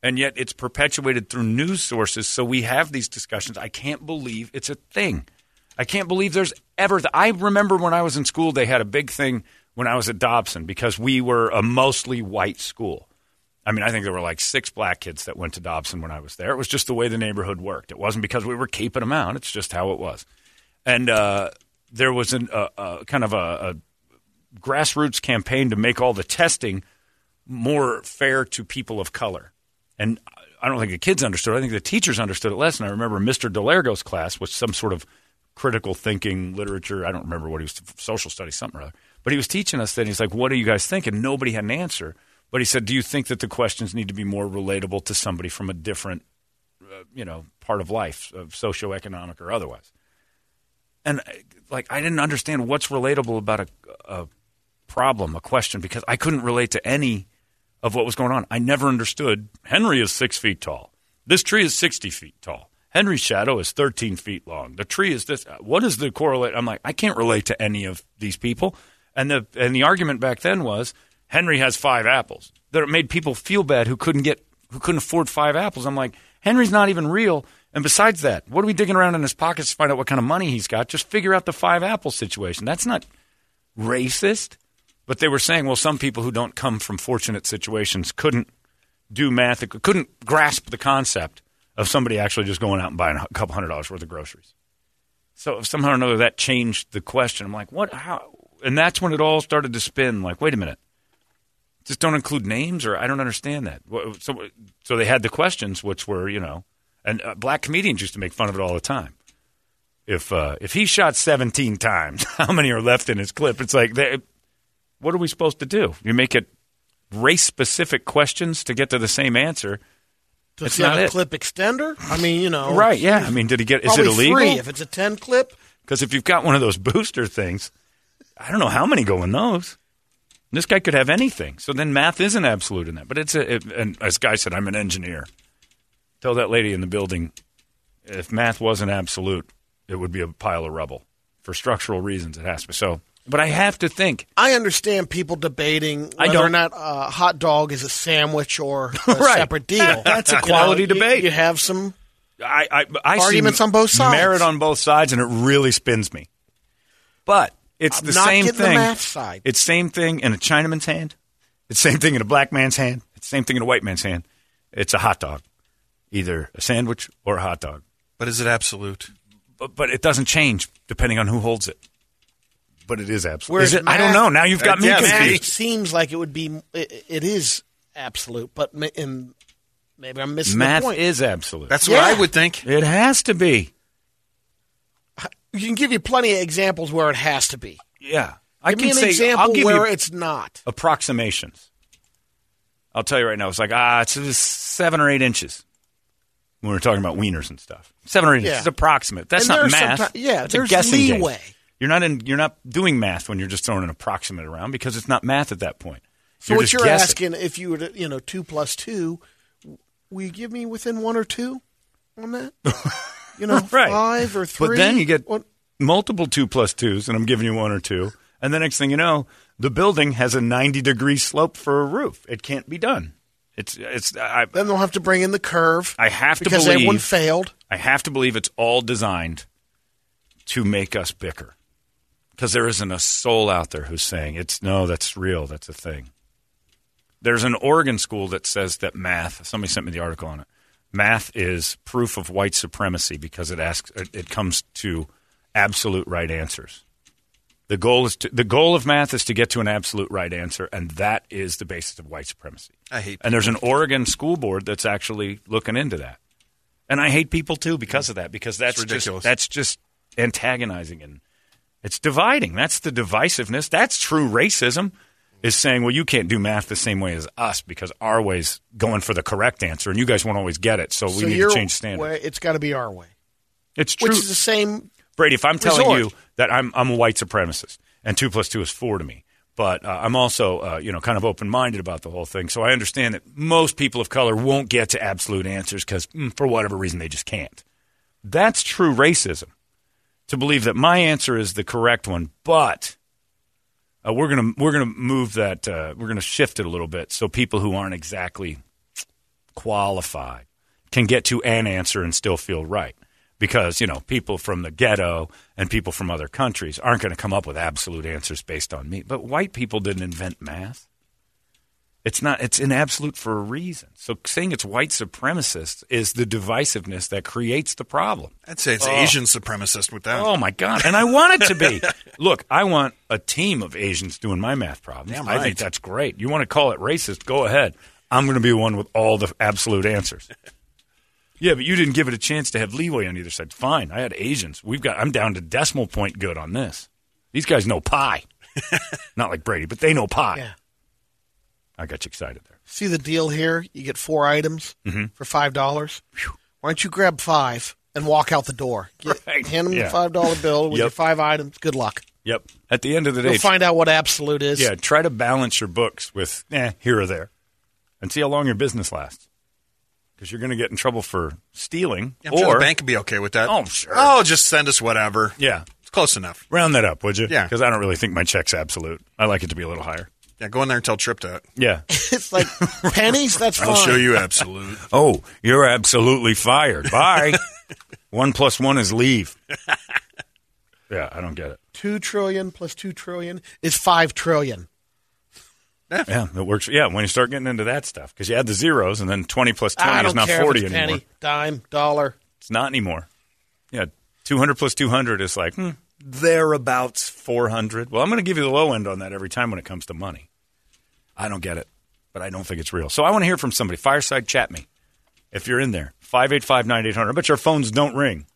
And yet it's perpetuated through news sources. So we have these discussions. I can't believe it's a thing. I can't believe there's ever. Th- I remember when I was in school, they had a big thing when I was at Dobson because we were a mostly white school. I mean, I think there were like six black kids that went to Dobson when I was there. It was just the way the neighborhood worked. It wasn't because we were keeping them out, it's just how it was. And uh, there was an, a, a kind of a, a grassroots campaign to make all the testing more fair to people of color. And I don't think the kids understood. I think the teachers understood it less. And I remember Mr. Delargo's class was some sort of critical thinking literature. I don't remember what he was, social studies, something or other. But he was teaching us that. and He's like, what do you guys think? And nobody had an answer. But he said, do you think that the questions need to be more relatable to somebody from a different, uh, you know, part of life, of socioeconomic or otherwise? And uh, like, I didn't understand what's relatable about a, a problem, a question, because I couldn't relate to any of what was going on. I never understood. Henry is six feet tall. This tree is 60 feet tall. Henry's shadow is 13 feet long. The tree is this. What is the correlate? I'm like, I can't relate to any of these people. And the, and the argument back then was Henry has five apples. That it made people feel bad who couldn't get, who couldn't afford five apples. I'm like, Henry's not even real. And besides that, what are we digging around in his pockets to find out what kind of money he's got? Just figure out the five apple situation. That's not racist, but they were saying, well, some people who don't come from fortunate situations couldn't do math, couldn't grasp the concept of somebody actually just going out and buying a couple hundred dollars worth of groceries. So somehow or another, that changed the question. I'm like, what? How? And that's when it all started to spin. Like, wait a minute, just don't include names, or I don't understand that. What- So, so they had the questions, which were, you know, and uh, black comedians used to make fun of it all the time if uh, if he shot 17 times, how many are left in his clip? It's like, they, what are we supposed to do? You make it race specific questions to get to the same answer, To It's see how not a it. clip extender? I mean, you know. right? Yeah, I mean, did he get? Is it probably Three. illegal? If it's a 10 clip, Because if you've got one of those booster things, I don't know how many go in those. This guy could have anything. So then math isn't absolute in that. But it's a, it, and as Guy said, I'm an engineer. Tell that lady in the building if math wasn't absolute, it would be a pile of rubble. For structural reasons, it has to be. So, but I have to think. I understand people debating I whether or don't. not a hot dog is a sandwich or a Right. separate deal. That's a You know, quality you- debate. You have some. I, I, I Arguments see on both sides. Merit on both sides, and it really spins me. But it's I'm the not same getting the thing. math side. It's same thing in a Chinaman's hand. It's same thing in a black man's hand. It's same thing in a white man's hand. It's a hot dog, either a sandwich or a hot dog. But is it absolute? But, but it doesn't change depending on who holds it. But it is absolute. Whereas Is it? I don't math- know. Now you've got me Yeah, Math confused. seems like it would be. It, it is absolute, but ma- in, maybe I'm missing Math the point. is absolute. That's Yeah. what I would think. it has to be. you can give you plenty of examples where it has to be. Yeah, I give can me an say. example I'll give where you it's not. approximations. I'll tell you right now, it's like ah, it's just seven or eight inches. When we're talking about wieners and stuff, seven or eight Yeah. inches, it's approximate. That's And not there's math. someti- yeah, That's a there's guessing game. leeway. You're not in. You're not doing math when you're just throwing an approximate around because it's not math at that point. So what just you're guessing. asking, if you were to, you know, two plus two, w- will you give me within one or two on that? You know, right? five or three. But then you get What- multiple two plus twos, and I'm giving you one or two, and the next thing you know, the building has a 90 degree slope for a roof. It can't be done. It's it's I, Then they'll have to bring in the curve I have to because everyone believe failed. I have to believe it's all designed to make us bicker. Because there isn't a soul out there who's saying it's no, that's real, that's a thing. There's an Oregon school that says that math. Somebody sent me the article on it. Math is proof of white supremacy because it asks, it- it comes to absolute right answers. The goal is to, the goal of math is to get to an absolute right answer, and that is the basis of white supremacy. I hate And there's an Oregon school board that's actually looking into that. And I hate people too because of that because that's ridiculous. Just, that's just antagonizing and it's dividing. That's the divisiveness. That's true racism. Is saying, well, you can't do math the same way as us because our way's going for the correct answer, and you guys won't always get it. So we so need your to change standards. way, it's got to be our way, it's true. which is the same. Brady, if I'm telling Resort. you that I'm, I'm a white supremacist and two plus two is four to me, but uh, I'm also uh, you know kind of open minded about the whole thing, so I understand that most people of color won't get to absolute answers because for whatever reason they just can't. That's true racism to believe that my answer is the correct one, but uh, we're gonna we're gonna move that uh, we're gonna shift it a little bit so people who aren't exactly qualified can get to an answer and still feel right because you know people from the ghetto and people from other countries aren't going to come up with absolute answers based on me but white people didn't invent math it's not it's an absolute for a reason so saying it's white supremacists is the divisiveness that creates the problem I'd say it's Asian supremacist with that. Oh my god! And I want it to be. Look, I want a team of Asians doing my math problems. Damn I think right. that's great. You want to call it racist? Go ahead. I'm going to be one with all the absolute answers. yeah, but you didn't give it a chance to have leeway on either side. Fine, I had Asians. We've got. I'm down to decimal point good on this. These guys know pi. Not like Brady, but they know pi. Yeah. I got you excited there. See the deal here? You get four items Mm-hmm. for five dollars. Why don't you grab five and walk out the door? Get, Right. Hand them Yeah. the five dollar bill with Yep. your five items. Good luck. Yep. At the end of the day, You'll find out what absolute is. Yeah, try to balance your books with eh, here or there, and see how long your business lasts. Because you're going to get in trouble for stealing, I'm or sure the bank would be okay with that. Oh, sure. Oh, just send us whatever. yeah, It's close enough. round that up, would you? Yeah. because I don't really think my check's absolute. I like it to be a little higher. Yeah, go in there and tell Trip that. Yeah. It's like pennies. That's fine. I'll show you absolute. oh, you're absolutely fired. Bye. one plus one is leave. yeah, I don't get it. Two trillion plus two trillion is five trillion. Yeah, it works. Yeah, when you start getting into that stuff, because you add the zeros, and then twenty plus twenty I is don't not care forty if it's anymore. penny, dime, dollar. It's not anymore. Yeah, 200 plus 200 is like hmm, thereabouts 400. Well, I'm going to give you the low end on that every time when it comes to money. I don't get it, but I don't think it's real. So I want to hear from somebody. Fireside chat me if you're in there. 585 9800. But your phones don't ring.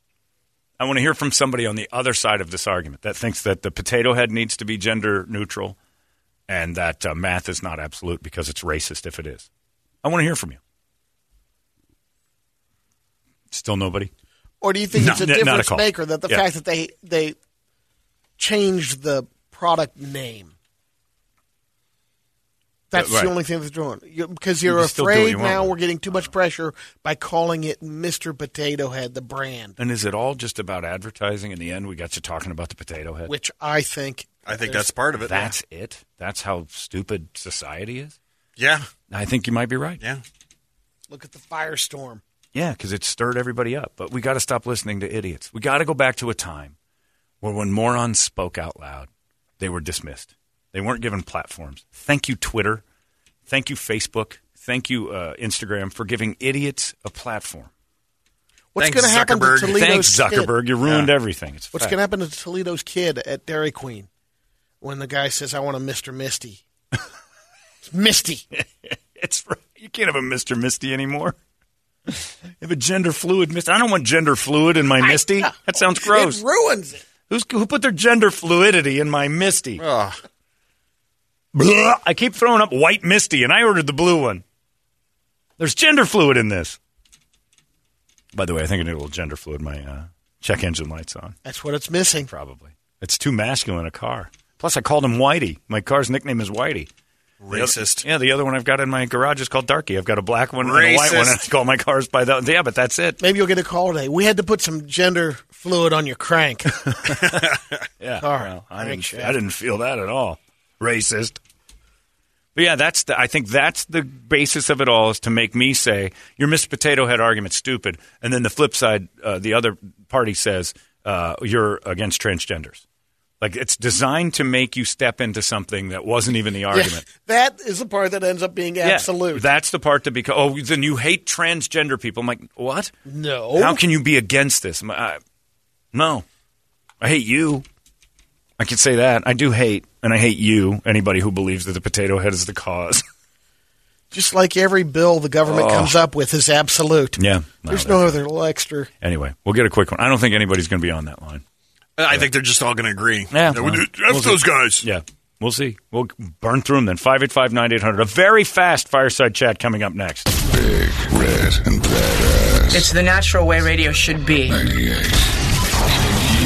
I want to hear from somebody on the other side of this argument that thinks that the potato head needs to be gender neutral and that uh, math is not absolute because it's racist if it is. I want to hear from you. Still nobody? Or do you think No, it's a n- not a difference call. maker that the Yeah. fact that they they changed the product name? That's Uh, right. the only thing that's doing because you're You can still do what afraid you want now with we're it. getting too much pressure by calling it Mr. Potato Head, the brand, And is it all just about advertising? In the end, we got you talking about the potato head. which I think I think that's part of it. That's it. That's how stupid society is. yeah, I think you might be right. yeah. look at the firestorm. Yeah, because it stirred everybody up. But we got to stop listening to idiots. We got to go back to a time where when morons spoke out loud, they were dismissed. They weren't given platforms. Thank you, Twitter. Thank you, Facebook. Thank you, uh, Instagram, for giving idiots a platform. What's Thanks, going to happen to Zuckerberg. Toledo's Thanks, kid? Zuckerberg. You ruined everything. It's a What's fact. going to happen to Toledo's kid at Dairy Queen when the guy says, "I want a Mr. Misty"? It's Misty. It's right. you can't have a Mister Misty anymore. You have a gender fluid Misty. I don't want gender fluid in my Misty. That sounds gross. It ruins it. Who's, who put their gender fluidity in my Misty? Blah. I keep throwing up white Misty, and I ordered the blue one. There's gender fluid in this. By the way, I think I need a little gender fluid. My uh, check engine light's on. That's what it's missing. Probably. It's too masculine a car. Plus, I called him Whitey. My car's nickname is Whitey. Racist. Yeah, the other one I've got in my garage is called Darky. I've got a black one and a white one, and I Racist. call my cars by that. Yeah, but that's it. Maybe you'll get a call today. We had to put some gender fluid on your crank. Yeah. Car. well, I, Crank didn't, shaft. I didn't feel that at all. Racist. But yeah, that's the, I think that's the basis of it all is to make me say your Miss Potato Head argument's stupid, and then the flip side, uh, the other party says uh, you're against transgenders. Like it's designed to make you step into something that wasn't even the argument. that is the part that ends up being Yeah, absolute. that's the part that becomes. Oh, then you hate transgender people. I'm like, what? no. How can you be against this? I'm- I- no, I hate you. I can say that. I do hate, and I hate you. Anybody who believes that the potato head is the cause. Just like every bill the government comes up with is absolute. Oh. Yeah. No, There's that- no other little extra. Anyway, we'll get a quick one. I don't think anybody's going to be on that line. I think they're just all going to agree. Yeah, F well, we'll those see. guys. Yeah. We'll see. We'll burn through them then. 585 9800. A very fast fireside chat coming up next. Big, red, and badass. It's the natural way radio should be. 98.